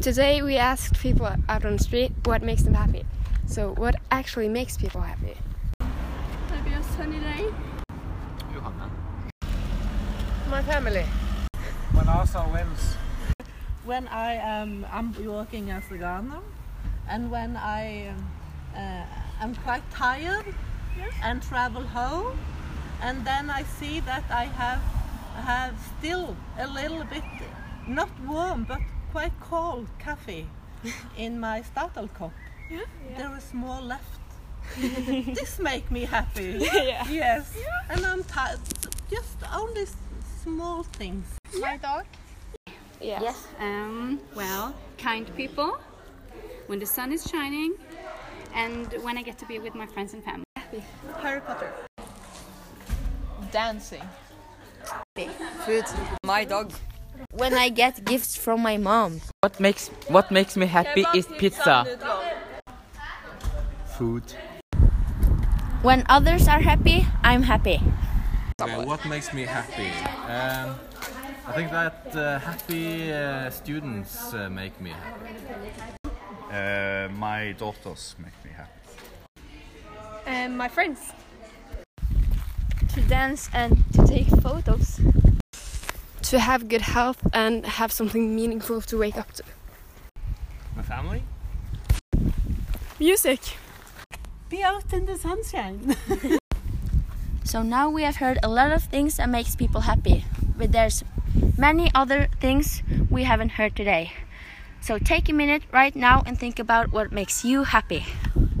Today we asked people out on the street what makes them happy. So, what actually makes people happy? Maybe a sunny day. Johanna. My family. When Asa wins. when I am I'm working as a gardener, and when I uh, am quite tired and travel home, and then I see that I have have still a little bit not warm but quite cold coffee in my startle cup. There is more left. this make me happy. Yes. And I'm tired. Just only s- small things. My dog. Yeah. Um, well, kind people, when the sun is shining, and when I get to be with my friends and family. Harry Potter. Dancing. My dog. When I get gifts from my mom. What makes what makes me happy is pizza. Food. When others are happy, I'm happy. Okay, what makes me happy? Um, I think that uh, happy uh, students uh, make me happy. Uh, my daughters make me happy. And my friends. To dance and to take photos. To have good health and have something meaningful to wake up to. My family? Music. Be out in the sunshine. So now we have heard a lot of things that makes people happy, but there's many other things we haven't heard today. So take a minute right now and think about what makes you happy.